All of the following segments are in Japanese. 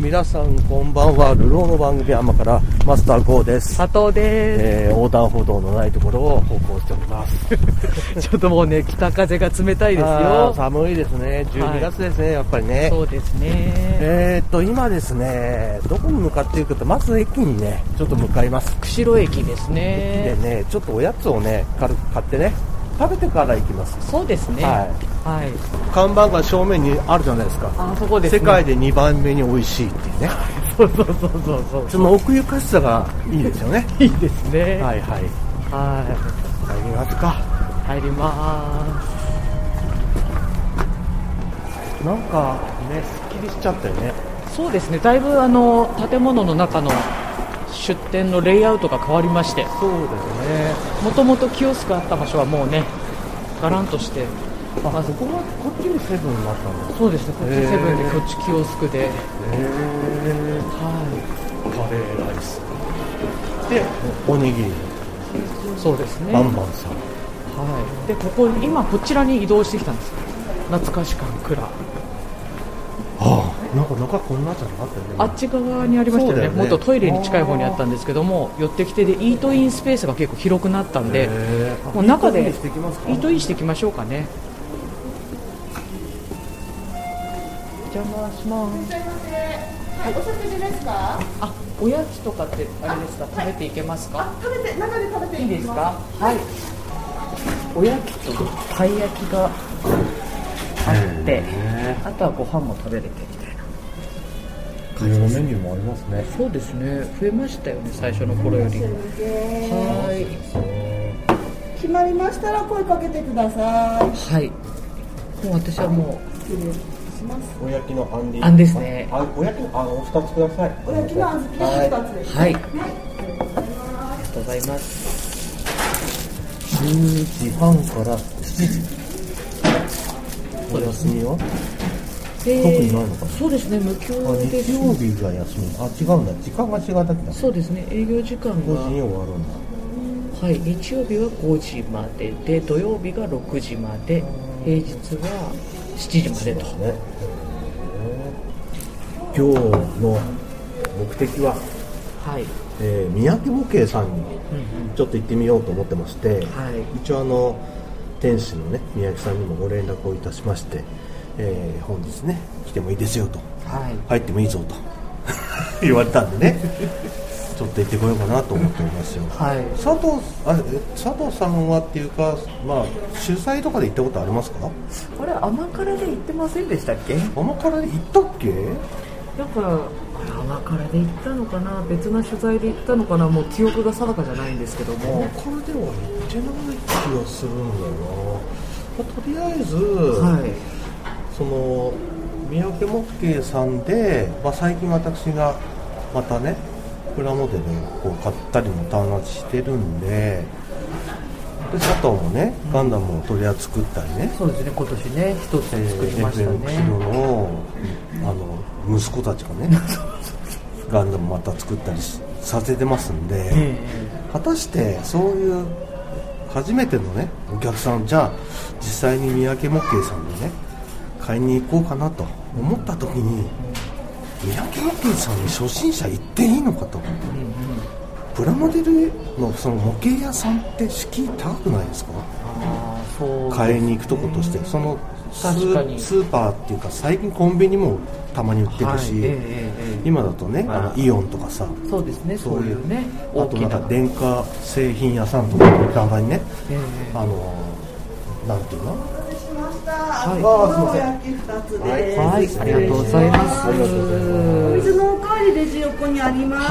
皆さんこんばんは流浪の番組アマからマスター GO です、佐藤でえー、横断歩道のないところを歩行しておりますす、 ちょっともうね北風が冷たいですあーよ寒いですねは12い月ですね、やっぱりねそうですねえー、っと今ですねどこに向かっていくかとまず駅にねちょっと向かいます釧路駅ですでねねちょっとおやつをね軽く買ってね食べてから行きますそうですねははい、看板が正面にあるじゃないですかあそこですね世界で2番目に美味しいっていうねそうそうそうそうそうその奥ゆかしさがいいですよねいいですねはいはいい、は入りますかい、入りまなんかねすっきりしちゃったよねーすそうですねだいぶあの建物の中の出店のレイアウトが変わりましてそうですねもともとキオスクあった場所はもうねガランとしてあここがこっちにセブンになったんだそうですねこっちへーセブンでこっちキオスクで、へえはカレーライスでおにぎりい、そうですねバンバンさんはい、でここに今こちらに移動してきたんですよ懐かし館蔵ああなんか中こんなじゃなかったよねあっち側にありましそたよねうだよねもっとトイレに近い方にあったんですけども寄ってきてでイートインスペースが結構広くなったんでへーもう中でいいとこにしてきますかイートインしていきましょうかねお邪魔しますはい、お食事ですか。あおやつとかってあれですか食べていけますかあ、食べて、中で食べていいですかはいおやつとたい焼きがあってあとはご飯も食べれてみたいないろんなメニューもありますねそうですね増えましたよね最初の頃よりは決まりましたら声かけてください。いはいもう私はも失礼します。おやきのあんでいいあんですねあおやきのあんお二つくださいおやきの小豆はいの二つでうす。はいあはい。りがとうございます12時半から7時お休みはで特にないのかなそうですね無あ給で日曜日が休みあ違うんだ時間が違うだけだそうですね営業時間5時にが終わるんだはい日曜日は5時までで土曜日が6時まで平日は7時までとね今日の目的は、はいえー、三宅母兄さんにちょっと行ってみようと思ってまして、はい一応あの店主のね三宅さんにもご連絡をいたしまして、えー本日ね来てもいいですよとはい入ってもいいぞと 言われたんでねちょっと行ってこようかなと思っておりますよはい佐藤あえ佐藤さんはっていうか、まあ、主催とかで行ったことありますかあれ甘辛で行ってませんでしたっけ甘辛で行ったっけなんかあれ甘辛で行ったのかな別な取材で行ったのかなもう記憶が定かじゃないんですけど甘も辛では行ってない気がするんだよな、まあとりあえず、はいその三宅木慶さんで、まあ、最近私がまたねプラモデルをこう買ったりも弾圧してるんでで佐藤もねガンダムを取り扱ったりね、そうですね今年ね一えつー、作りましたね、 FMX のあの息子たちが ねガンダムまた作ったりしさせてますんで、え果たしてそういう初めてのねお客さんじゃあ実際に三宅木慶さんにね買いに行こうかなと思った時に三宅木慶さんに初心者行っていいのかとえうプんうんラモデルのその模型屋さんって敷居高くないですかああそう買いに行くとことしてそのス確かにースーパーっていうか最近コンビニもたまに売ってるし、はいえええええ今だとねあのイオンとかさえそうですねそういうねあ大ときななんか電化製品屋さんとかたまにねええええあのなんていうのお待たせしました。小い玉おやき二つです。はいありがとうございますありがとうございまお水のおかわりレジ横にあります。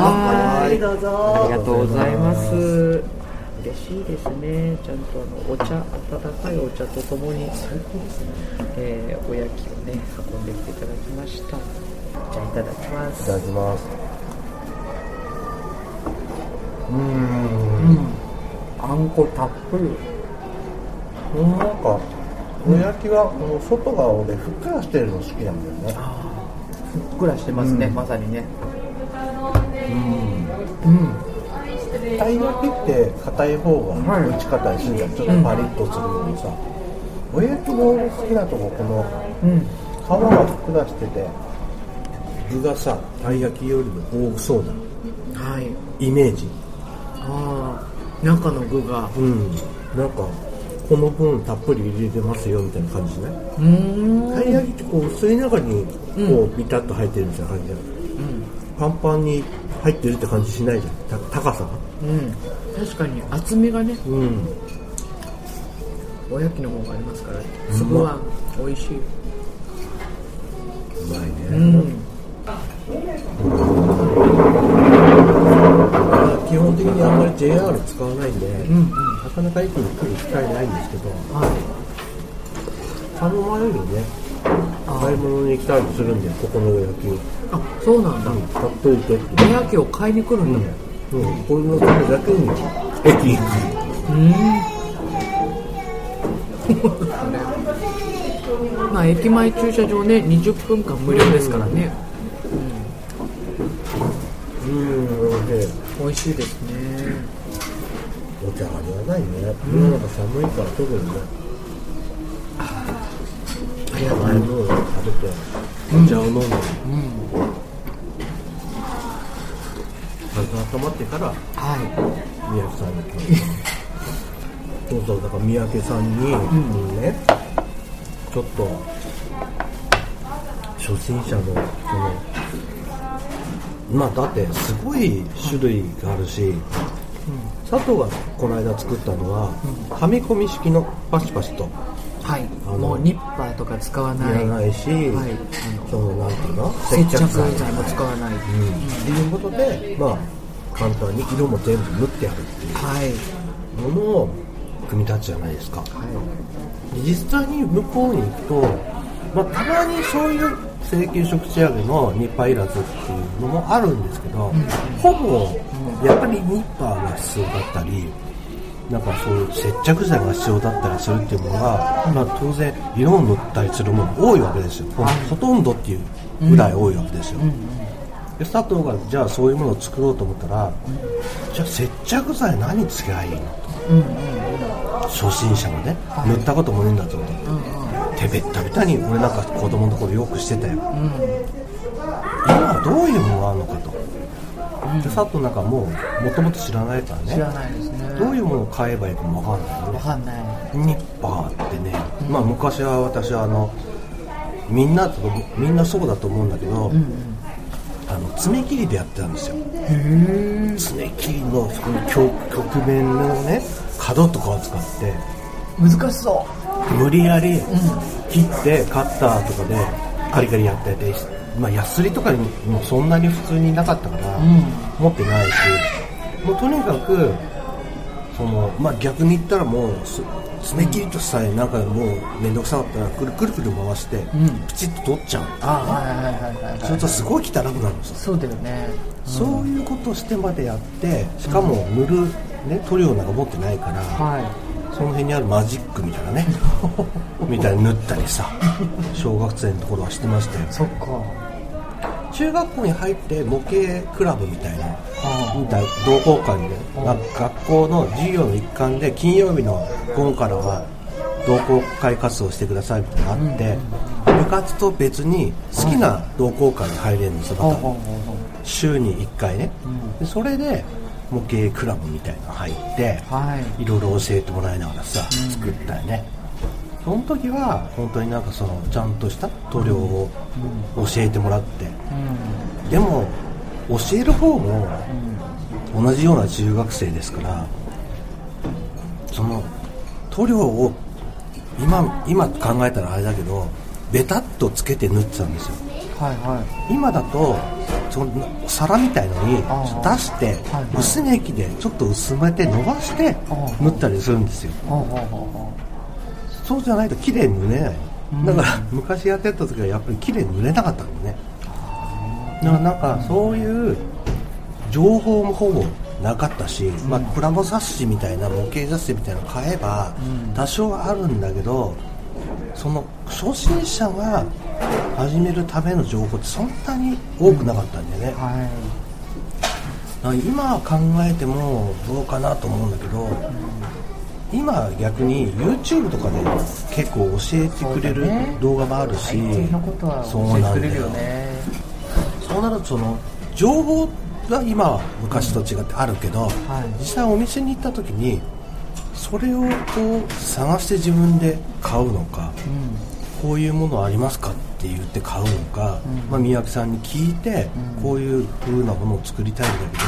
ごはいゆっくりどうありぞ。がとうございます嬉しいですねちゃんとあのお茶温かいお茶とともに最高ですね、えーおやきをね運んできていただきましたじゃあいただきまいすただきますうーんあんこたっぷりうんなんかおやきはこの外が俺ふっくらしてるの好きなんだよねふっくらしてますね、うんまさにねうんたい焼きって硬い方がはい打ち方にするじゃんちょっとパリッとするよりさおやきの好きなとここのうん皮がふっくらしてて具がさたい焼きよりも多そうなはいイメージああ中の具がうんなんかこの分たっぷり入れてますよみたいな感じねうーんたい焼きってこう薄い中にこうビタッと入ってるみたいな感じじゃん、パンパンに入ってるって感じしないじゃんた高さがうん確かに厚みがねうんおやきの方がありますからま粒は美味しい、うまいね、うん、基本的にあんまり JR 使わないんで、なかなか駅に来る機会ないんですけどはい頼まれるねあ買い物に来たりするんでここのお焼きあそうなんだ、買っといてっておやきを買いに来るんだうん、これのためだけに駅行くうん、まあ駅前駐車場ね20分間無料ですからね、うんで美味しいですねお茶ありがないね世の中寒いから特にねありがとうご甘ざいもいのを食べてお茶を飲んで、体が温まってからます、三宅さはんにそうそうだから三宅さんに、ねちょっと初心者のそのまあだってすごい種類があるし、佐藤がこの間作ったのは、はみ込み式のパシパシとい、はい、あのもうニッパーとか使わいならい、ないし、はいそのなんていうの接着剤もう使わない、んっていうことでまあ簡単に色も全部塗ってあるっていうはい、ものを組み立てじゃないですかは実際に向こうに行くと、まあ、たまにそういう請求食仕上げのニッパーいらずっていうのもあるんですけど、ほぼやっぱりニッパーが必要だったりなんかそういう接着剤が必要だったりするっていうのが、まあ、当然色を塗ったりするもの多いわけですよ、ほとんどっていうぐらい多いわけですよ、で佐藤がじゃあそういうものを作ろうと思ったら、じゃあ接着剤何つけばいいのい、うんうん初心者がね塗ったこともねえんだぞと、手べったべたに俺なんか子供の頃よくしてたよ、今どういうものがあるのかと、で佐藤なんかもうもともと知らないからね知らないですねどういうものを買えばいいかもわかんないよねわかんないニッパーってね、まあ昔は私はあのみんなとみんなそうだと思うんだけど、あの爪切りでやってたんですよ爪切りのそこの曲曲面のね角とかを使って難しそ無理やり切ってカッターとかでカリカリやってて、まあ、ヤスリとかにもそんなに普通になかったから、持ってないしもうとにかくその、まあ、逆に言ったらもうす爪切りとさえなんかもう面倒くさかったらくるくるくる回して、プチッと取っちゃううあはいはいはいそれとすごい汚くなるんですよそうだよねそういうことをしてまでやってしかも塗る、ね、塗料なんか持ってないから、はいその辺にあるマジックみたいなねみたいに縫ったりさ小学生のところはしてましたよそっか中学校に入って模型クラブみたいなあみたいな同好会で、ね、なんか学校の授業の一環で金曜日の午後からは同好会活動してくださいみたいなのがあって、部活と別に好きな同好会に入れるんですよ、あああまた週に1回ね、でそれで模型クラブみたいなの入って、はいいろいろ教えてもらいながらさ、作ったよねその時は本当になんかそのちゃんとした塗料を教えてもらって、うんでも教える方も同じような中学生ですからその塗料を今今考えたらあれだけどベタっとつけて塗ってたんですよはいはい今だとその皿みたいのにあ出あしてはい薄め液でちょっと薄めて伸ばしてああ塗ったりするんですよほうほうほうほそうじゃないと綺麗に塗れないうんだから昔やってた時はやっぱり綺麗に塗れなかったんだねだからなんかそういう情報もほぼなかったし、まあ、コラボ冊子みたいな模型雑誌みたいなの買えば多少はあるんだけどその初心者が始めるための情報ってそんなに多くなかったんだよね、うはいだから今考えてもどうかなと思うんだけど、今逆に YouTube とかで結構教えてくれそうるだね動画もあるし IT のことは教えてくれるよねそうそうなるとその情報が今は昔と違ってあるけど、はい実際お店に行った時にそれをこう探して自分で買うのか、こういうものありますかって言って買うのか、まあ、三宅さんに聞いて、こういう風なものを作りたいんだけど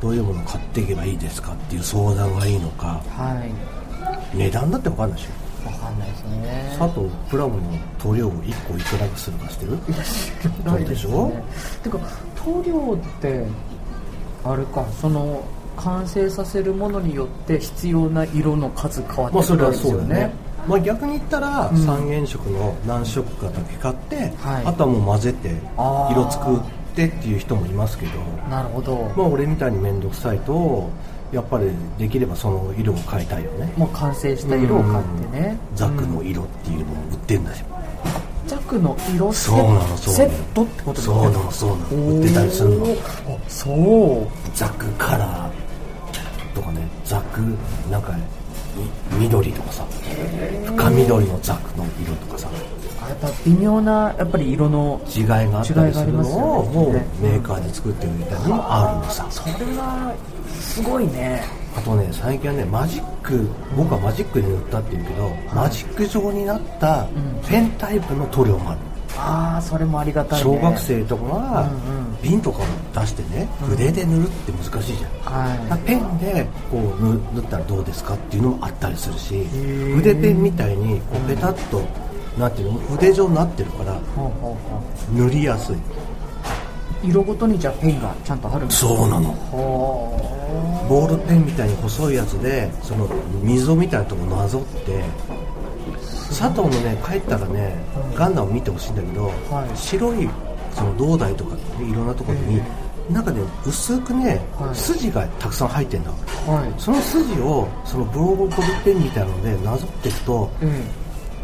どういうものを買っていけばいいですかっていう相談がいいのかはい値段だって分かんないでしょわかんないですね佐藤プラモの塗料を1個いくらするかしてるなどいうでしすねょてか塗料ってあれかその完成させるものによって必要な色の数変まわっあてくそるれんはですそうよだね,、ね、まあ、逆に言ったらん三原色の何色かだけ買って、はいあとはもう混ぜてあー色作ってっていう人もいますけどなるほど、まあ俺みたいに面倒くさいとやっぱりできればその色を変えたいよねもう完成した色を買ってねザクの色っていうのを売ってんだよ、ザクの色セそうなのそうセなのットってことですねそうなのそうなの売ってたりするのおーあそうザクカラーとかねザクなんかねみ緑とかさ深緑のザクの色とかさあやっぱ微妙なやっぱり色の違いがあったりするのを違いがありますよねもうメーカーで作っておいたりもあるのさそれはすごいねあとね最近はねマジック僕はマジックで塗ったっていうけどマジック状になったペンタイプの塗料もあるのああそれもありがたいね小学生とかがうんうん瓶とかを出してね筆で塗るって難しいじゃんはいペンでこうぬ塗ったらどうですかっていうのもあったりするしー筆ペンみたいにこうペタッとなんていうの筆状になってるからほうほうほ塗りやすいう色ごとにじゃあペンがちゃんとあるんですそうなのほうボールペンみたいに細いやつでその溝みたいなとこなぞって佐藤もね帰ったらねガンダム見てほしいんだけど、はい白いその胴体とかねいろんなところに、なんかね薄くね、はい筋がたくさん入ってんだはいその筋をそのブローボーボルペンみたいなのでなぞっていくと、うん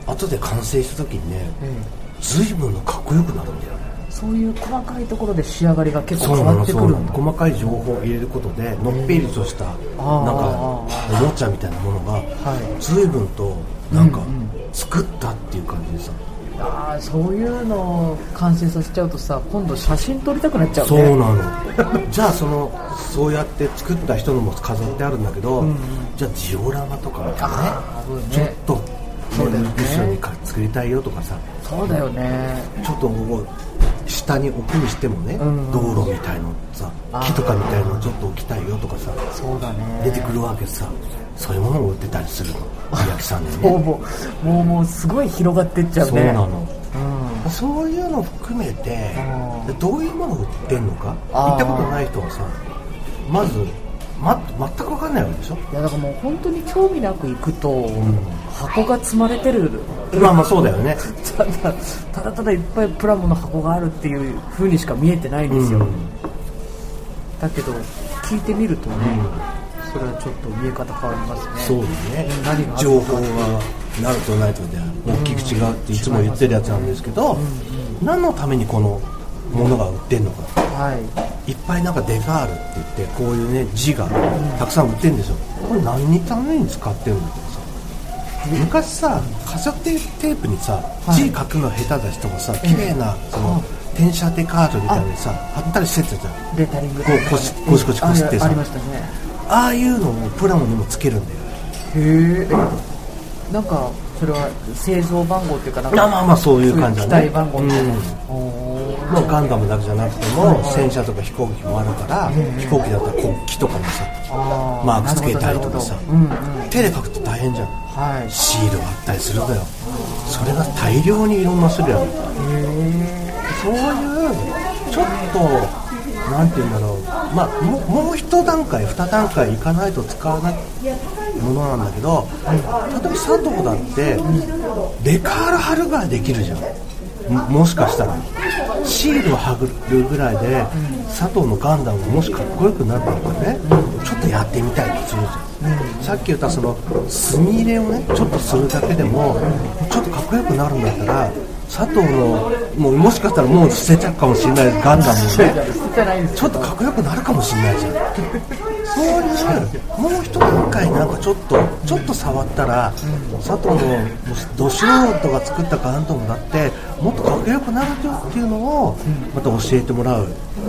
後で完成した時にねうん随分のかっこよくなるんだよねそういう細かいところで仕上がりが結構変わってくるんだ細かい情報を入れることでのっぺりとしたなんかあーおもちゃみたいなものがい随分となんかうんうん作ったっていう感じでさああそういうのを完成させちゃうとさ今度写真撮りたくなっちゃうねそうなの じゃあそのそうやって作った人のも飾ってあるんだけどんうんじゃあジオラマとかねあー危ちょねっとそうだよね後ろにか作りたいよとかさそうだよねちょっとこう下に置くにしてもねうんうん道路みたいのさあー木とかみたいのちょっと置きたいよとかさそうだね出てくるわけさそういうものを売ってたりするの三宅さんでねもうもうもうもうすごい広がってっちゃうねそうなのうんそういうの含めてあーどういうものを売ってんのかあー行ったことない人はさまずま全く分かんないわけでしょいやだからもう本当に興味なく行くと、箱が積まれてるまあまあそうだよねただただただいっぱいプラモの箱があるっていう風にしか見えてないんですよ、うんだけど聞いてみるとね、それはちょっと見え方変わりますねそうだね何があるのか情報がなるとないとで大きく違うっていつも言ってるやつなんですけど何のためにこのものが売ってんのかはいっぱいなんかデカールって言ってこういうね字がたくさん売ってるんですよこれ何にために使ってるんだってさ昔さカセットテープにさはい字書くの下手な人もさ綺麗なその転写デカールみたいなのさ貼ったりしてたじゃんいレタリングこうこしこしこしこしってあさありましたねああいうのをプラモにもつけるんだよへえなんかそれは製造番号っていうかなんかまあまあまあそういう感じだね機体番号みたいな、おーまあ、ガンダムだけじゃなくてはいはもい戦車とか飛行機もあるから飛行機だったら国旗とかにさあマークつけたりとかさなるほどなるほどうんうん手で書くと大変じゃんはいシールがあったりするんだよそれが大量にいろんな種類あるそういうちょっとなんて言うんだろうまあももう一段階二段階いかないと使わないものなんだけど例えば佐藤だってデカール貼るぐらいできるじゃんももしかしたらシールを貼るぐらいで佐藤のガンダムがもしかっこよくなるのかねちょっとやってみたいってするじゃんさっき言ったその墨入れをねちょっとするだけでもちょっとかっこよくなるんだったら佐藤のもうもしかしたらもう捨てちゃうかもしれないガンダムをねじゃないですちょっとかっこよくなるかもしれないじゃんそういうもう一段階なんかちょっとちょっと触ったら、佐藤のど素人が作ったガンダムだってもっとかっこよくなるよっていうのをまた教えてもらう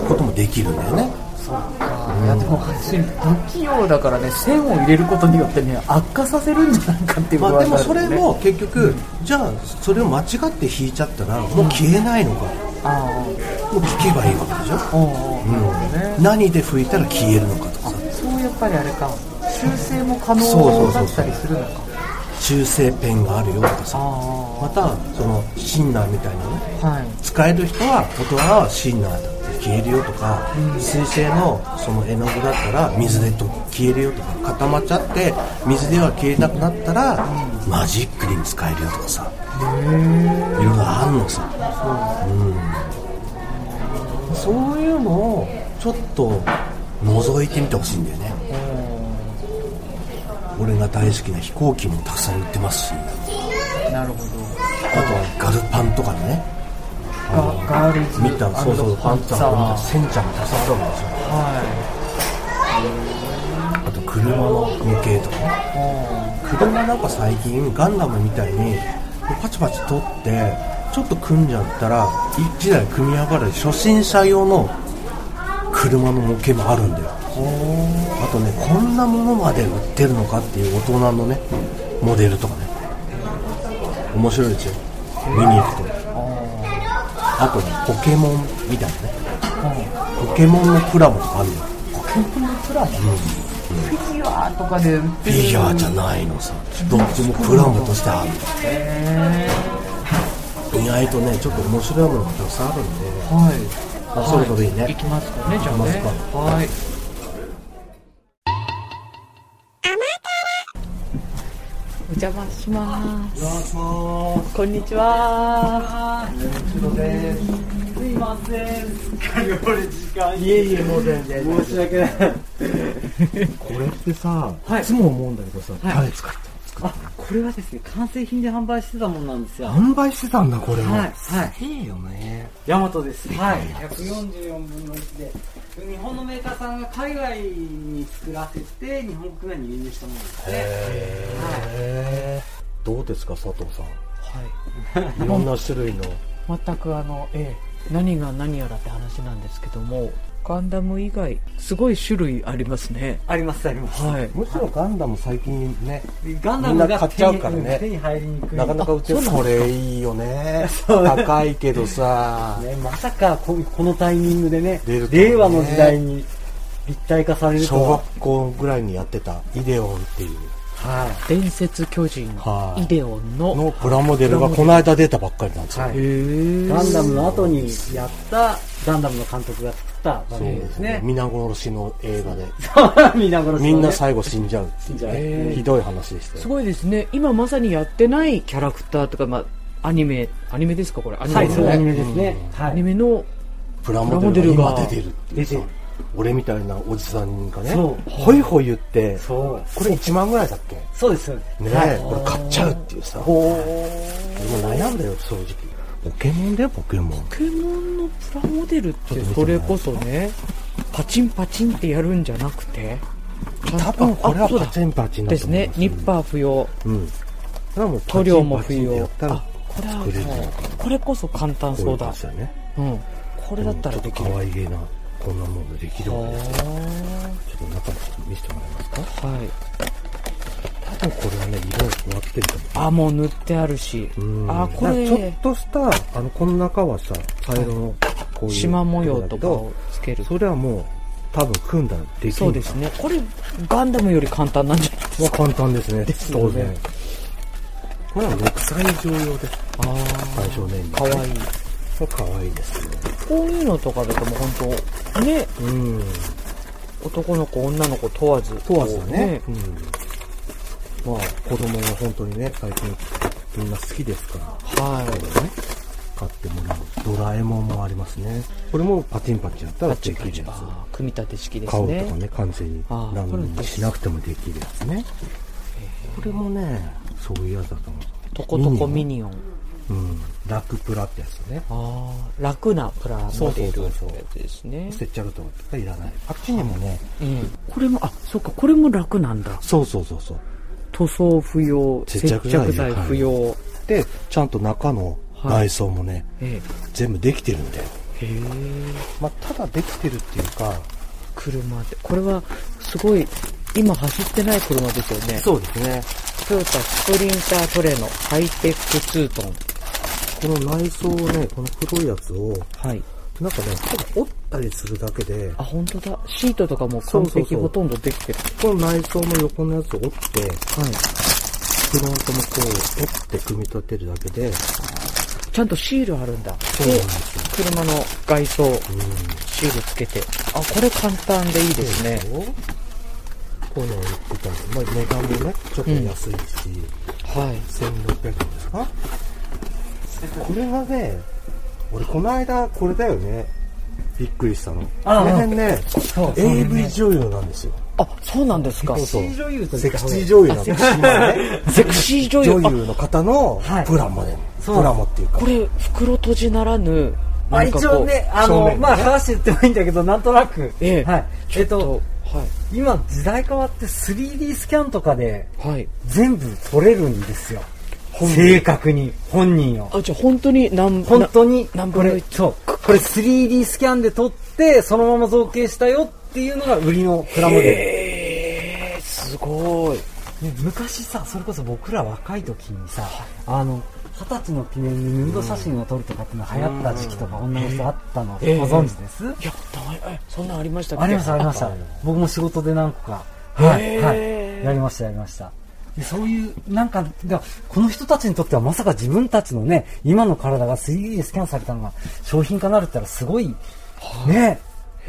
こともできるんだよね。あいやでも私不器用だからね線を入れることによってね悪化させるんじゃないかっていうま不安あ、があでるもそれねも結局、じゃあそれを間違って引いちゃったらもう消えないのかあもう聞けばいいわけでしょ、あおうおうなるほどね何で吹いたら消えるのかとかさそうやっぱりあれか修正も可そうそうそう能そだうったりするのか修正ペンがあるよとかさまあたそのシンナーみたいなねあはい使える人は大人はシンナーだって消えるよとか、水性のその絵の具だったら水でと消えるよとか固まっちゃって水では消えなくなったら、マジックに使えるよとかさいろいろあるのさそう,、ん、そういうのをちょっと覗いてみてほしいんだよね俺が大好きな飛行機もたくさん売ってますしなるほどあとはガルパンとかねガガールズ見たそうそうパパンンツツァァーーはをセンちゃんもたくさんあるわけですよあいと車の模型とかねあ車なんか最近ガンダムみたいにパチパチ取ってちょっと組んじゃったら1台組み上がる初心者用の車の模型もあるんだよあとねこんなものまで売ってるのかっていう大人のねモデルとかね面白いですよ見に行くとあとねポケモンみたいなねポケモンのコラボとかあるのよプラフィギュアとかで売ってフるィギュアじゃないのさどっちもプラモとしてあるへ意外とねちょっと面白いものがたくさんあるんでーはいあそろそろいいね行きますかねじゃあね行きますはいお邪魔します。こんにちは。すいません。すっかり俺時間いえいえもう全然申し訳ない。これってさ、はいい、つも思うんだけどさ、い誰使ってあ、これはですね、完成品で販売してたもんなんですよ。販売してたんだこれはいはいすげえよねヤマトです。はい。144分の1で、日本のメーカーさんが海外に作らせて、日本国内に輸入したものですね。へえどうですか佐藤さんはい、いろんな種類の全くあの、ええ、何が何やらって話なんですけどもガンダム以外すごい種類ありますねありますあります。はいむしろガンダム最近ねガンダみムんなが買っちゃうからね手に手に入りにくい。なかなか売ってるこれいいよ ね高いけどさね、まさかここのタイミングでね出るとはね令和の時代に立体化されると小は学校ぐらいにやってたイデオンっていうは伝説巨人はいイデオンののプラモデルがこの間出たばっかりなんですよ、はいへい、えガンダムの後にやったガンダムの監督が作った番組 ですね皆殺しの映画でみんな殺しみんなさ最後死んじゃうって死んじゃういうひどい話でしたすよごいですね今まさにやってないキャラクターとか、まあ、アニメアニメですかこれアニはメいそですういうねアニメですね、はアニいメのプラモデルプがラ今モデルが出てるっていうさ出てる俺みたいなおじさんがねそうホイホイ言ってそうこれ1万ぐらいだっけそうですそうでねすえ、俺買っちゃうっていうさでも悩んだよ正直ポケモンだよポケモンポケモンのプラモデルってちょっと見てそもらえれますかこそねパチンパチンってやるんじゃなくて多分これはあそうだパチンパチンだでとす思いねますニッパー不要うんそれはもうパチ塗ン料も不パチンってや要ったらあこれは作れるのもうこれこそ簡単こういそううことだですよねうん、これだったらできるちょっと可愛げなこんなものでできるわけですよちょっと中の人見せてもらえますかはい、多分これはね色が変わってると思うあもう塗ってあるし、あこだからちょれっとしたあのこの中はさ茶色のこういう縞模様ととかころだをつけけるどそれはもう多分組んだらできるそうですねこれガンダムより簡単なんじゃないですまあ簡単ですねすよね当然これは6歳上用ですかあ対象年齢かわいいかわいいですねこういうのとかだともう本当ねうん男の子女の子問わず問わずだねこうん、まあ子供は本当にね最近みんな好きですからうねはいね買ってもらうドラえもんもありますねこれもパチンパチンやったらパできチるパやつチあー組み立て式です買うねとかね完成にあー何にしなくてもできるやつねこれもねそういうやつだと思うとことこミニオンうん、ラクプラってやつねああ、楽なプラそモうそデうルそうそうですね。接着とかいらないあっちにもねうんこれも、あ、そっか、これも楽なんだ。そうそうそうそう塗装不要、接接着剤着剤不要。でちゃんと中の内装もね、え全部できてるんだよ、え、へえ。まあ、ただできてるっていうか車って、これはすごい、今走ってない車ですよね。そうですねトヨタスプリンタートレのハイテックツートン。この内装をねこの黒いやつをはい。なんかね多分折ったりするだけであ、本当だ。シートとかも完そうそう璧そうほとんどできてる。この内装の横のやつを折ってはい。フロントもこう折って組み立てるだけでちゃんとシールあるんだ。そうなんでですよ車の外装、シールつけて。あ、これ簡単でいいですね。こういうのを売ってたんです、まあ、値段もねちょっと安いし、はい。 1600円ですかこれはね俺この間これだよねびっくりしたのああこの辺ねそう AV 女優なんですよあ、そうなんですか。そう新女優とセクシー女優なんですよ今ねセクシー女優。女あ優の方のはいプラモで、プラモっていうかこれ、袋閉じならぬ、まあなんか一こ応う、ね、あ正面の、ねまあ話して言ってもいいんだけど、なんとなく。ええはい。えっと、は今時代変わって 3D スキャンとかでい。はい。全部撮れるんですよ。正確に、本人を。あ、じゃあ本当に何本当に、何こ分のれ、一そう。これ 3D スキャンで撮って、そのまま造形したよっていうのが売りのプラモデル。えー、すごい。ね昔さそれこそ僕ら若い時にさあの二十歳の記念にヌード写真を撮るとかっていうのが流行った時期とか女の人あったのごええ存知です、いや、名前、えそんなんありましたっけありましたありました僕も仕事で何個かはい、へえはい、やりましたやりましたでそういうなんかでこの人たちにとってはまさか自分たちのね今の体が 3D でスキャンされたのが商品化になるって言ったらすごいね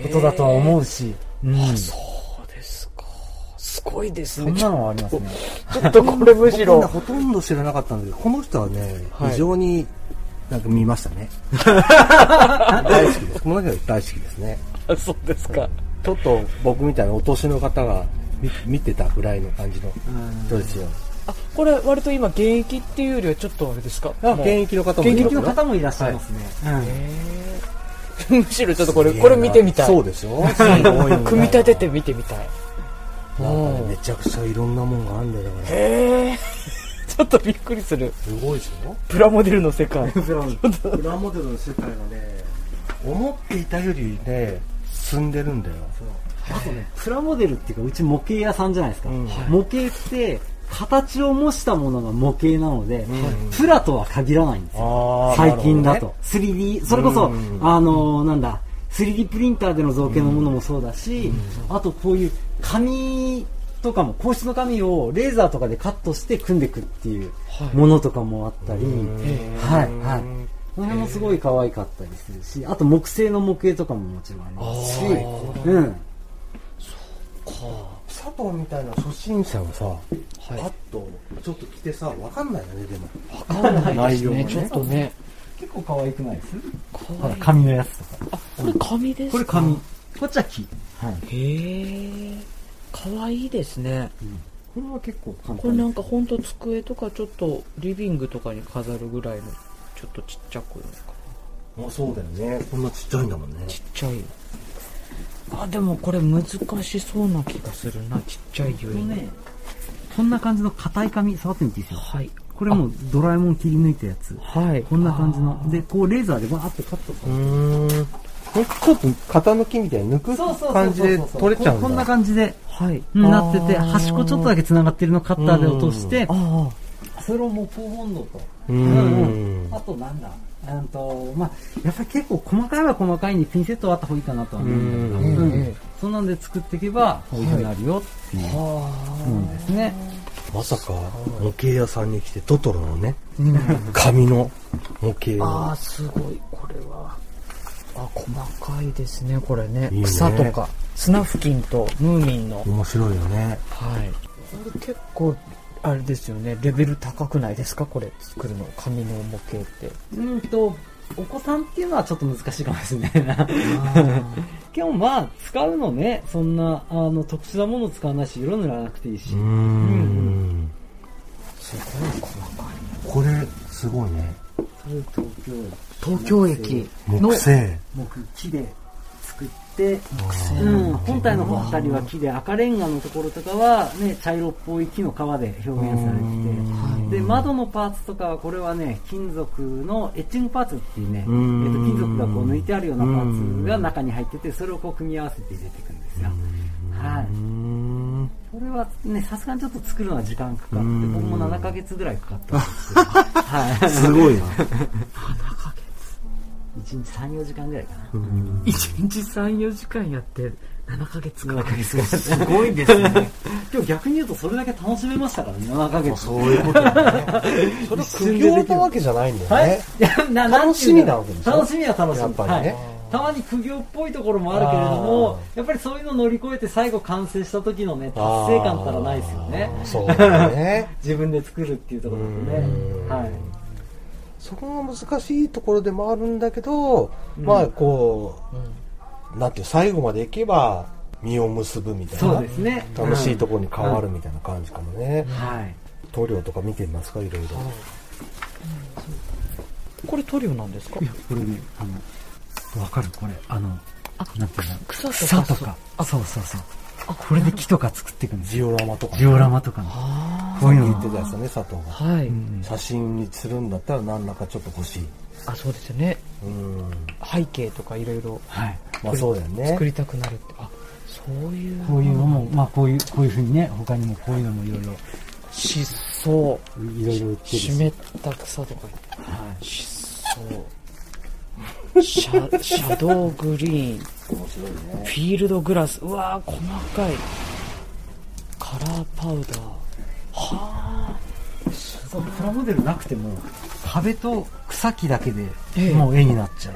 ことだとは思うし、うん、そそうですか。すごいですね。んなのはありますねちょっとこれむし僕ねろ。ほとんど知らなかったんだけどこの人はね、はい非常になんか見ました ね大好きですこの人は大好きですねあそうですか。ちょっと僕みたいなお年の方が見見てたぐらいの感じの人ですよあ、これ割と今現役っていうよりはちょっとあれですかあ現役の方もい現る役の方もいらっしゃいますね、うんむしろちょっとこれ、これ見てみたい。そうでしょ すごいんだよ組み立てて見てみたい。なんかねめちゃくちゃいろんなもんがあるんだよだからえー、ちょっとびっくりする。すごいでしょプラモデルの世界。プラモデルの世界はね、思っていたよりね進んでるんだよあとね、プラモデルっていうか、うち模型屋さんじゃないですか。うん模型って、形を模したものが模型なので、プラとは限らないんですよ。あー最近だなると、ほ 3D それこそ、うんあのーなんだ 3D プリンターでの造形のものもそうだし、あとこういう紙とかも硬質の紙をレーザーとかでカットして組んでいくっていうものとかもあったり、はいはいこの辺もすごい可愛かったりするしあと木製の模型とかももちろんありますし、うん、佐藤みたいな初心者はさ、パッとちょっと着てさわかんないよねでも内容もねね、ちょっとね。結構可愛くないですかほわらいい紙のやつとかこれ紙ですかこれ紙こっちは木はいへえ。かわいいですね。これは結構簡単これなんかほんと机とかちょっとリビングとかに飾るぐらいの、ちょっとちっちゃくなんか。もうそうだよねこんなちっちゃいんだもんねちっちゃい。あ、でもこれ難しそうな気がするな、ちっちゃいゆえこに。のねこんな感じの硬い紙触ってみていいですよはい。これもうドラえもん切り抜いたやつはい。こんな感じのでこうレーザーでバーってカットすうるーんこれちょっと型抜きみたいに抜く感じで取れちゃうんだこんな感じではい。なってて端っこちょっとだけ繋がってるのをカッターで落としてあそれを木工ボンドとうーんあとなんだうんとまあ、やっぱり結構細かいは細かいにピンセットはあった方がいいかなとは思うんだけど、うんうんそんなんで作っていけばこういうふうになるよっていうものですね、まさか模型屋さんに来てトトロのね紙の模あ。型あをあ、すごい。これは。あ、細かいですね、これね。いいね草とか、砂付近とムーミンの。面白いよねはい。これ結構、あれですよね、レベル高くないですかこれ作るの。紙の模型って。うんとお子さんっていうのはちょっと難しいかもしれないな でもまあ使うのねそんなあの特殊なものを使わないし色塗らなくていいし、うーんすごい細かい。これすごいね東京駅の木製木木で作って、うん、本体の方あたりは木で赤レンガのところとかは、ね、茶色っぽい木の皮で表現されててで窓のパーツとかはこれはね金属のエッチングパーツっていうね、えっとん金属がこう抜いてあるようなパーツが中に入っててそれをこう組み合わせて入れていくんですよ。はいうーんこれはね、さすがにちょっと作るのは時間かかって、僕も7ヶ月ぐらいかかったんですけ ど、はい。すごいな1日3、4時間ぐらいかな。 1日34時間やって7ヶ月か7ヶ月ぐらい。すごいです ね。今日逆に言うとそれだけ楽しめましたからね、7ヶ月。そういうことだねそれは苦行なわけじゃないんだよね、いやな楽しみなわけでしょ楽しみは楽しみ。やっぱりねはいたまに苦行っぽいところもあるけれども、やっぱりそういうのを乗り越えて最後完成した時のね、達成感たらないですよね。あーそうだね自分で作るっていうところとねうん。はい。そこが難しいところでもあるんだけど、まあこう、なんていう最後までいけば実を結ぶみたいなそうですね。楽しいとこころに変わるみたいな感じかもね、はい。塗料とか見てみますかいろいろ、これ塗料なんですかこれね、あの、わかるこれ、あの、なんていうの草とか草とか。そうそうそう。これで木とか作っていくんですジよ。オラマとかジオラマとかの。あこういうって言ってたのやつだね佐藤があはい、写真にするんだったら何らかちょっと欲しいあそうですよねうん背景とかいろいろはい。まあそうだよね作りたくなるってあそういうこういうのも、まあこういう、こういうふうにね、他にもこういうのもいろいろ、疾走いろいろ売ってるし。湿った草とかはいそうシャシャドーグリーンフィールドグラスうわー細かいカラーパウダーそうプラモデルなくても、壁と草木だけでええもう絵になっちゃう。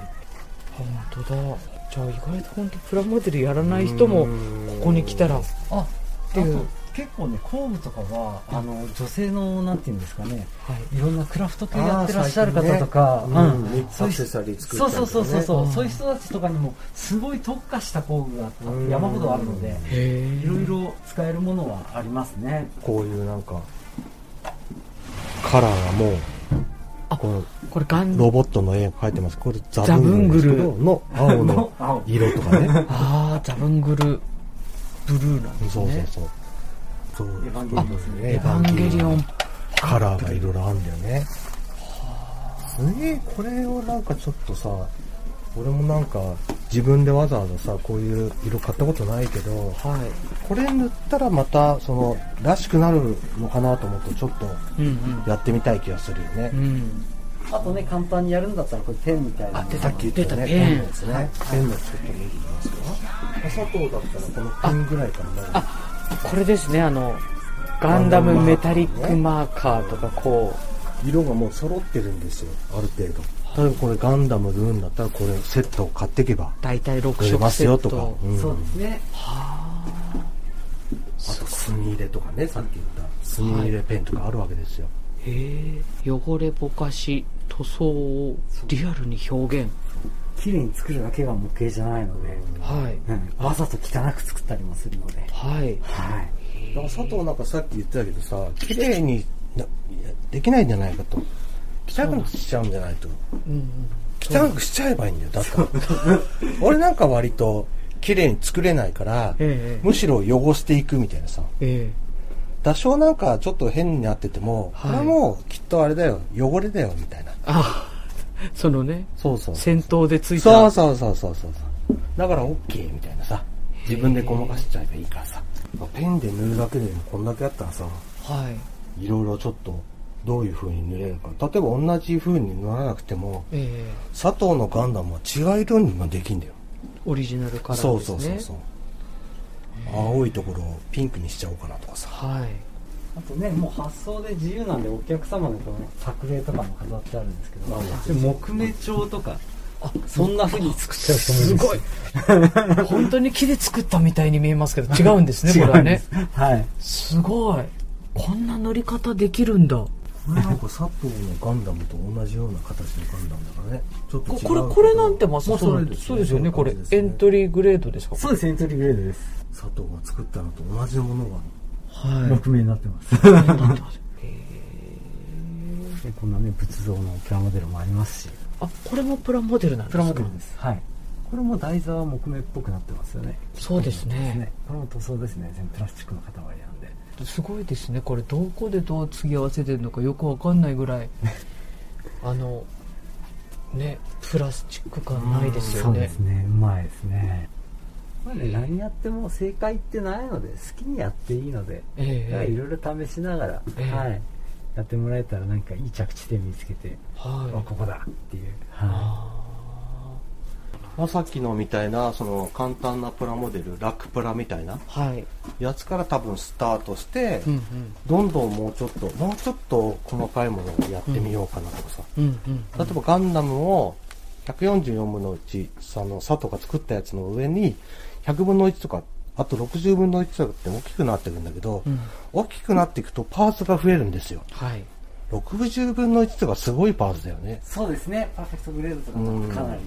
本当だじゃあ意外と本当プラモデルやらない人もここに来たらあ、ていうあと結構ね、工具とかは、あの、女性の、なんていうんですかね、はいいろんなクラフト系やってらっしゃる方とか、あー最近ねうんそアういうクセサリー作ったそうりとかそうねそうそうそうう、んそういう人たちとかにもすごい特化した工具があったうん山ほどあるので、へいろいろ使えるものはありますね。こういうなんかカラーがもうこのこれガンロボットの絵が描いてますこれザザブブンンググルルですけどの青の青色と かねああザブングルブルーなんですそうそうねそうそうエヴァンゲリオンですねエエヴヴァァンンゲゲリリオオンンカラーがいろいろあるんだよねすげえこれをなんかちょっとさ俺もなんか自分でわざわざさこういう色買ったことないけどはこれ塗ったらまたそのらしくなるのかなと思ってちょっいうんとやってみたい気がするよね、うんうんあとね、簡単にやるんだったら、これペンみたいな。さっき言ったね、出たペンのやつね。ペンの作ってもいいですか砂糖だったらこのペンぐらいからなる。あ、これですねあのガンダムメタリックマーカーとかこ色がもう揃ってるんですよ、ある程度。例えばこれガンダムルーンだったらこれセットを買っていけばう大体6売れ色ますセよッとか。トうんそうですね。あと墨入れとかね、さっき言った。墨入れペンとかあるわけですよ。へえ汚れぼかし塗装をリアルに表現綺麗に作るだけが模型じゃないので、はいうんわざと汚く作ったりもするので。はいはい。だから佐藤なんかさっき言ってたけどさ、綺麗になできないんじゃないかと。汚くしちゃうんじゃないと。うんうん汚くしちゃえばいいんだよ、だったら。俺なんか割と綺麗に作れないから、ええむしろ汚していくみたいなさ。え多少なんかちょっと変になってても、はいこれはもうきっとあれだよ、汚れだよ、みたいな。えあそのねそうそう。そう戦闘でついたそうそうそうそうそう。だから OK みたいなさ。自分でごまかしちゃえばいいからさ。ペンで塗るだけでこんだけあったらさ、はいいろいろちょっとどういう風に塗れるか。例えば同じ風に塗らなくても、ええ佐藤のガンダムは違う色にもできんだよ。オリジナルカラそーうでそすうねそうそう。青いところをピンクにしちゃおうかなとかさ。はいあとね、もう発想で自由なんで、お客様のこの作例とかも飾ってあるんですけど、で木目調とか、そんな風に作っちゃう人もいるんですご い本当に木で作ったみたいに見えますけ ど違うんですねこれはね。 はい。すごいこんな乗り方できるんだここれなんか佐藤のガンダムと同じような形のガンダムだからね。ちょっと違うけこれどこれなんてまさそそううですよそうですよねこれそういう感じエですねントリーグレードですかそうです、エントリーグレードです。佐藤が作ったのと同じものが はい木目になってます。 でこんなね仏像のプラモデルもありますしあこれもプラモデルなんですプかラモデルですはいこれも台座は木目っぽくなってますよねそうですねねこれも塗装ですね全部プラスチックの塊なんですごいですねこれどこでどう継ぎ合わせてるのかよくわかんないぐらいあのねプラスチック感ないですよそうねですねうまいですねまあね何やっても正解ってないので好きにやっていいのでええいろいろ試しながら、ええはい、やってもらえたらなんかいい着地点見つけて、はいあここだっていう、はまあ、さっきのみたいなその簡単なプラモデルラックプラみたいなはいやつから多分スタートして、うんどんどんもうちょっともうちょっと細かいものをやってみようかなとかさ、うんうんうん例えばガンダムを144分のうちその佐藤が作ったやつの上に100分の1とかあと60分の1とかって大きくなっていくんだけど、うん大きくなっていくとパーツが増えるんですよはい60分の1とかすごいパーツだよねい、そうですねパーフェクトグレードとかうんかなり、はいうまいで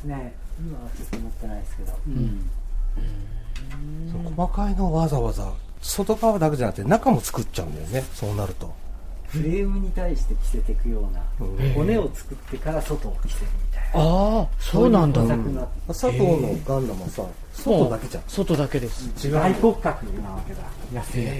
すね今はちょっと持ってないですけど、うんその細かいのをわざわざ外側だけじゃなくて中も作っちゃうんだよねそうなると、フレームに対して着せていくような、うん骨を作ってから外を着せるみたいなああそうなんだそういう工作になって佐藤のガンダムはさ外だけじゃん外だけです違う大骨格なわけだ野生や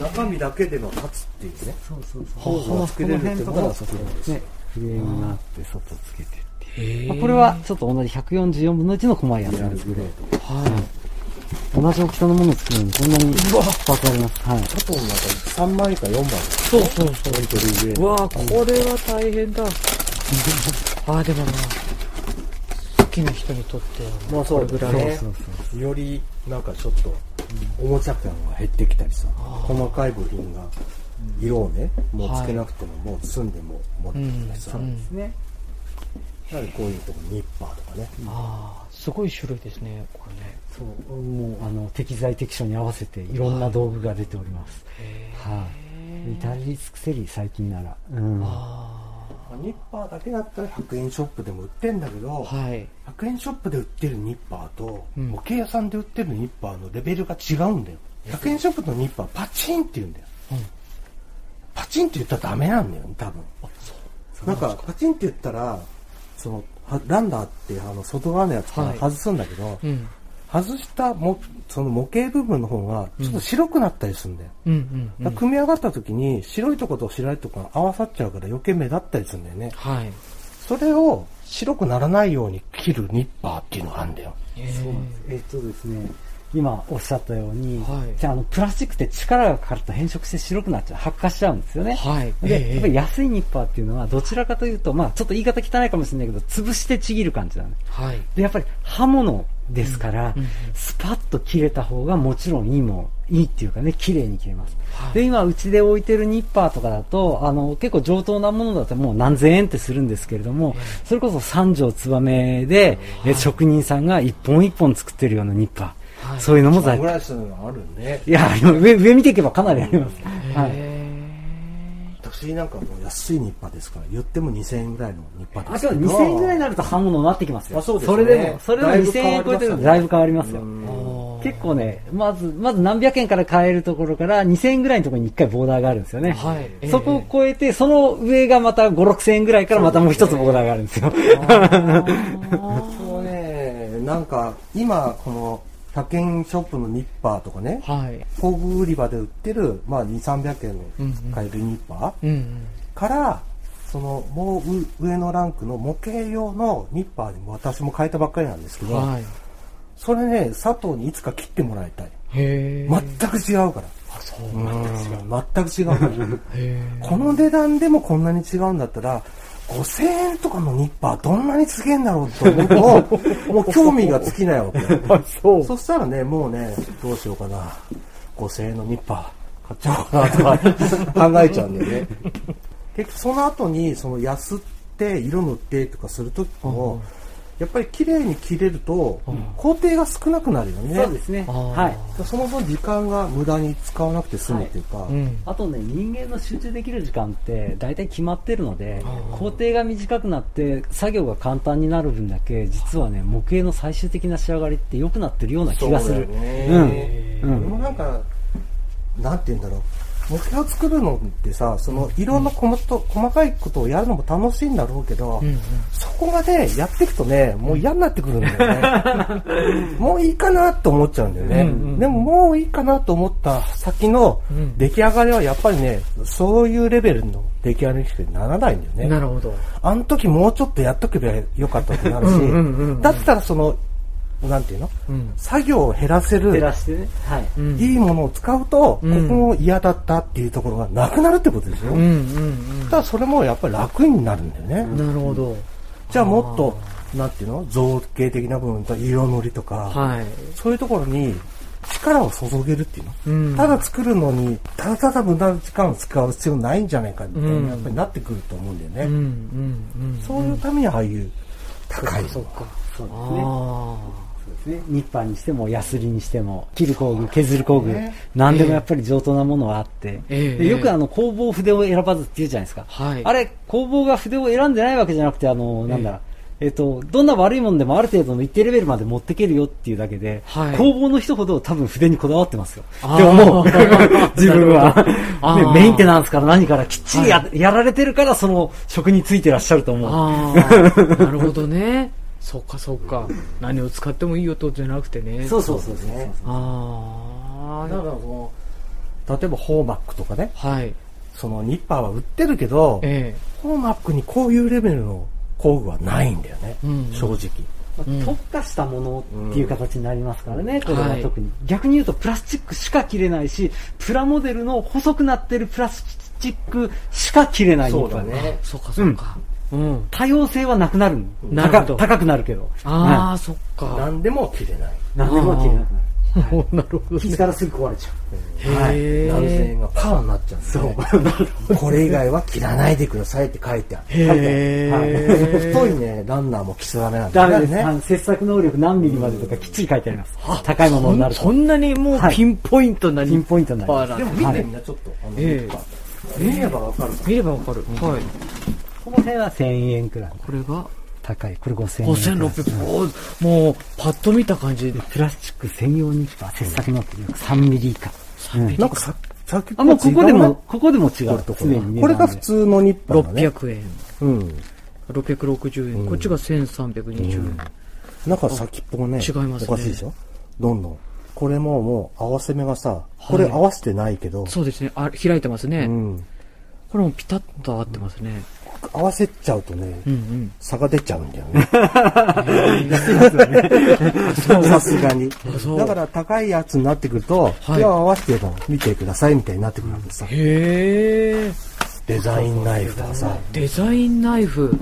中身だけでの立つっていうねそうそうそうポーズをつけれるっていうのが外なんですよねフレームがあって外つけてっていうへえまあこれはちょっと同じ144分の1の細いやつなんですけどはい同じ大きさのものを作るのにこんなに爆ありますはい佐藤の中に3枚か4枚そうそうそうエントリー上うわあこれは大変だああでもまあ好きな人にとってはまあそうこれぐらいねそうそうそうよりなんかちょっとおもちゃ感が減ってきたりさ細かい部品が色をねもうつけなくてももう済んでも持ってきたりさ、うんうんですねやはりこういうとこニッパーとかねああすごい種類ですねこれねそうもうあの適材適所に合わせていろんな道具が出ておりますはい至り尽くせり最近ならうんまあニッパーだけだったら100円ショップでも売ってんだけど、はい100円ショップで売ってるニッパーと、うん模型屋さんで売ってるニッパーのレベルが違うんだよ100円ショップのニッパーパチンって言うんだよ、パチンって言ったらダメなんだよ多分なんかパチンって言ったらそのはランダーってあの外側のやつからはい外すんだけど、うん外したもその模型部分の方がちょっと白くなったりするんだよ、うんうんうんだから組み上がった時に白いとこと白いとこが合わさっちゃうから余計目立ったりするんだよねはいそれを白くならないように切るニッパーっていうのがあるんだよ。そうなんですえっとですね今おっしゃったように、はいじゃああのプラスチックって力がかかると変色して白くなっちゃう発火しちゃうんですよね、はいで、ええやっぱり安いニッパーっていうのはどちらかというと、まあ、ちょっと言い方汚いかもしれないけど潰してちぎる感じなのはいでやっぱり刃物ですから、うんうんスパッと切れた方がもちろんいいもんいいっていうかね綺麗に切れます、はいで今うちで置いてるニッパーとかだとあの結構上等なものだともう何千円ってするんですけれども、それこそ三条燕で、え職人さんが一本一本作ってるようなニッパー、はいそういうのもサ在ングラスがあるね。いやあの上上見ていけばかなりあります、はいへ私なんかもう安いニッパーですから、言っても2000円ぐらいのニッパーあでとすけど。 2000円ぐらいになると刃物になってきますよ。あそうですねれでも、それでもだいぶ2000円超えてるとだいぶ変わりますよ。うん結構ね、まず、まず何百円から買えるところから2000円ぐらいのところに一回ボーダーがあるんですよね。はいええそこを超えて、その上がまた5、6000円ぐらいからまたもう一つボーダーがあるんですよ。そうね、なんか今この100円ショップのニッパーとかね、はい工具売り場で売ってる、まあ2、300円うんうんの買えるニッパーうんうんから、そのもう上のランクの模型用のニッパーに私も変えたばっかりなんですけど、はいそれね、佐藤にいつか切ってもらいたい。へえ全く違うから。あそううん全く違う。へこの値段でもこんなに違うんだったら、5000円とかのニッパーどんなにすげえんだろうと思うと、もう興味が尽きないわけ。そう。そしたらね、もうね、どうしようかな。5000円のニッパー買っちゃおうかなとか考えちゃうんだよね。結局その後に、その安って色塗ってとかするときも、やっぱり綺麗に切れると、工程が少なくなるよね。 そうですね。あーはい。そもそも時間が無駄に使わなくて済むっていうか、えうんあとね、人間の集中できる時間って大体決まってるので、工程が短くなって作業が簡単になる分だけ、実はね、模型の最終的な仕上がりって良くなってるような気がする。そうだよねうん。うでん。もなんか、なんて言うんだろう。模型を作るのってさそのいろんなこもと、細かいことをやるのも楽しいんだろうけど、そこがねやっていくとねもう嫌になってくるんだよ ねもういいかなと思っちゃうんだよね、でももういいかなと思った先の出来上がりはやっぱりねそういうレベルの出来上がりにしかならないんだよねなるほど。あの時もうちょっとやっとけばよかったってなるし、だったらその、なんていうの、ん作業を減らせる照、らしてね。はい。うんいいものを使うと、うんここも嫌だったっていうところがなくなるってことでしょ、うんうんただそれもやっぱり楽になるんだよね。うん。なるほど。じゃあもっと、なんていうの造形的な部分と色塗りとか、はい。そういうところに力を注げるっていうの。うんただ作るのに、ただただ無駄な時間を使う必要ないんじゃないかみたいな、うんやっぱりなってくると思うんだよね。うんうんうん。そういうためにああいう高いのそうか。そうですね。あそうですね。ニッパーにしても、ヤスリにしても、切る工具、削る工具、何でもやっぱり上等なものはあって、ええでよくあの、工房筆を選ばずって言うじゃないですか。あ。はい。あれ、工房が筆を選んでないわけじゃなくて、あの、なんだろうえっ、と、どんな悪いものでもある程度の一定レベルまで持ってけるよっていうだけで、はい工房の人ほど多分筆にこだわってますよ。っあーて思う。 自分 あは、ーね。メンテナンスから何からきっちりや,、やられてるから、その職についてらっしゃると思う。あ あ。なるほどね。そっかそっか。何を使ってもいい音じゃなくてね。そうそうそうそうそうあだからこう、例えばホーマックとかね、あ。はい。そのニッパーは売ってるけど、えホーマックにこういうレベルの工具はないんだよね、うん正直。まあ特化したものっていう形になりますからね、これははい特に、逆に言うとプラスチックしか切れないしプラモデルの細くなってるプラスチックしか切れない日本はえ。そっかそっか。うん。多様性はなくなるのなるほど高高くなるけどああ、そっか。何でも切れない。何でも切れなくなるなるほど傷ね。からすぐ壊れちゃへ何千え。円がパーになっちゃうんだよね、これ以外は切らないでくださいって書いてある。へはいえ。太いね、ランナーもきつだめなんうだダよメです、ね。あの切削能力何ミリまでとかきっちり書いてあります、高いものになるそとんなにもうはいピンポイントなピンポイントになりますパーでラも見てみんなちょっと、あの、ええニッパー見ればわかる。見ればわかる。はい。この辺は1000円くらいこれが高いこれ5000円くらい5600。おーもう、パッと見た感じで。プラスチック専用ニッパー切削能力3ミリ以下なんかさ、さっきあ、もうここで違うもね、ここでも違う。すでにねこれが普。通のニッパーだね。 600円。うん。 660円。こっちが1320円。なんか先っぽがね、違いますねおかしいでしょどんどん。これももう合わせ目がさ、これ合わせてないけど、そうですね。あ、開いてますうね。ん。これもピタッと合ってますね。合わせちゃうとね、うん差が出ちゃうんだよ ね。うさすがにあそ。うだから高いやつになってくると、いいや合わせても見てくださいみたいになってくるわけさうん。。へえ。デザインナイフとかさ、デザインナイフ。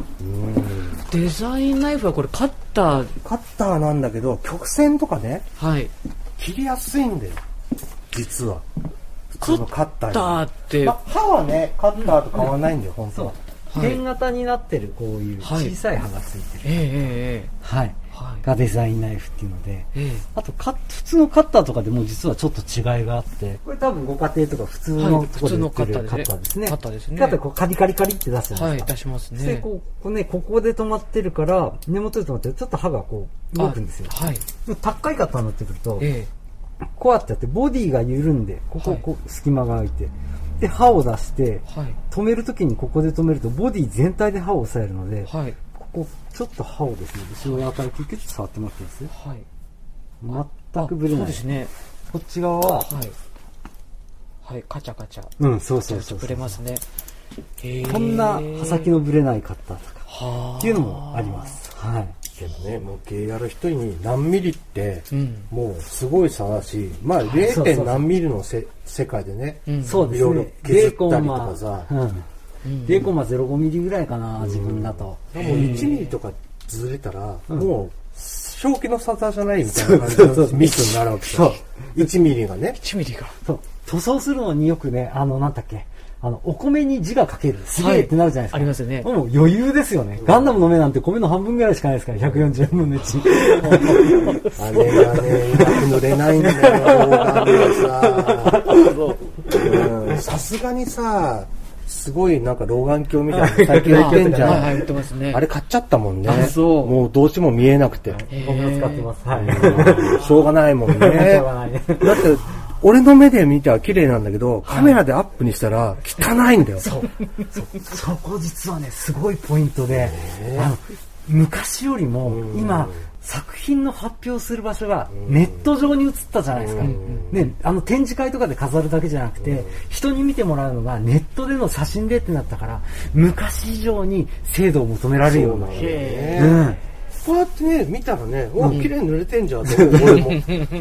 デザインナイフはこれカッター。カッターなんだけど、曲線とかね、はい。切りやすいんだよ。実は。普カ通のカッッタターよりーって。まあ、刃はね、カッターと変わらないんだよ、本当そはう。。い点型になってる、こういうはい小さい刃がついてる。ええはい。はいがデザインナイフっていうので。ええええ。あとカッ、普通のカッターとかでも実はちょっと違いがあって。これ多分ご家庭とか普通はのとこで売っている普通のカッターでねカッターですね。カッターですねカッターこうカリカリカリって出すじゃはないい、で出すしますか。ね。で、こう、こうね、ここで止まってるから、根元で止まってるとちょっと刃がこう、動くんですよあ。はい。高いカッターになってくると、えこうやってやって、ボディが緩んで、ここ、はいこう隙間が空いて、で、刃を出してえ、はい。止めるときにここで止めると、ボディ全体で刃を押さえるので、はい。ここ、ちょっと刃をですね、後ろ側からキュッキュッと触ってもらっていいですはい。全くぶれそなうい。ですね。こっち側は、はい。はい、カチャカチャ。うん、そうちそょうっそとうぶそれう。ますね。へえこんな刃先のぶれないカッターとか、はあっていうのもあります。はい。けどね、模型やる人に何ミリって、うんもうすごい差だし、まあそうそう 0. 何ミリのせ世界でね、うんそうですいろいろ。ね削0っコたンりとマ、かさ、うん。0コンマ05ミリぐらいかな、自分だと。でも1ミリとかずれたら、もう正気の沙汰じゃないみたいな感じのミスになるわけさ。1ミリがね、 1ミリが。そう。塗装するのによくね、あの、なんだっけ、あの、お米に字が書ける。すげえってなるじゃないですか。はいありますねもう余裕ですよね。ガンダムの目なんて米の半分ぐらいしかないですから、140分の1。 あれがね、うまく塗れないんだよ、オーガンがさ。うんさすがにさ、すごいなんか老眼鏡みたいなの最近売ってんじはい、はゃい、ん売っ。てますね。あれ買っちゃったもんね。あそうもうどうしても見えなくて。へえ僕も使ってます。はい。しょうがないもんね。しょうがだないって、俺の目で見たら綺麗なんだけど、カメラでアップにしたら汚いんだよ。そこ実はね、すごいポイントで、あの昔よりも今、作品の発表する場所がネット上に移ったじゃないですか。ね、あの展示会とかで飾るだけじゃなくて、人に見てもらうのがネットでの写真でってなったから、昔以上に精度を求められるような。うんこうやってね、見たらね、うわ、綺麗に塗れてんじゃんと思う、俺も。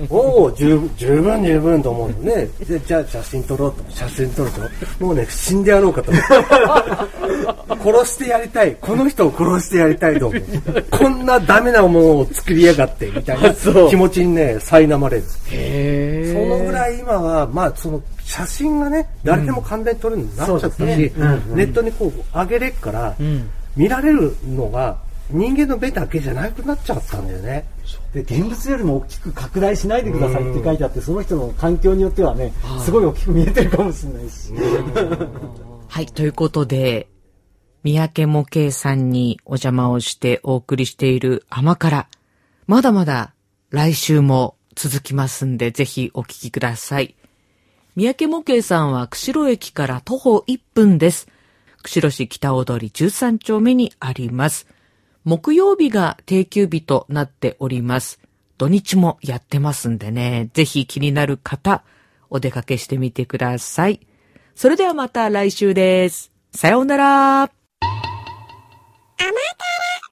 おお、十分、十分、十分と思うのね。でじゃあ、写真撮ろうと。写真撮ろうと。もうね、死んでやろうかと思う。殺してやりたい。この人を殺してやりたいと思う。こんなダメなものを作りやがって、みたいな気持ちにね、苛まれる。そのぐらい今は、まあ、その、写真がね、誰でも簡単に撮れるようになっちゃったし、ネットにこう、上げれっから、見られるのが、人間の目だけじゃなくなっちゃったんだよね。で現物よりも大きく拡大しないでくださいって書いてあって、その人の環境によってはね、すごい大きく見えてるかもしれないし。はい、ということで、三宅模型さんにお邪魔をしてお送りしている甘から、まだまだ来週も続きますんで、ぜひお聞きください。三宅模型さんは釧路駅から徒歩1分です。釧路市北大通り13丁目にあります。木曜日が定休日となっております。土日もやってますんでね、ぜひ気になる方、お出かけしてみてください。それではまた来週です。さようなら。あなた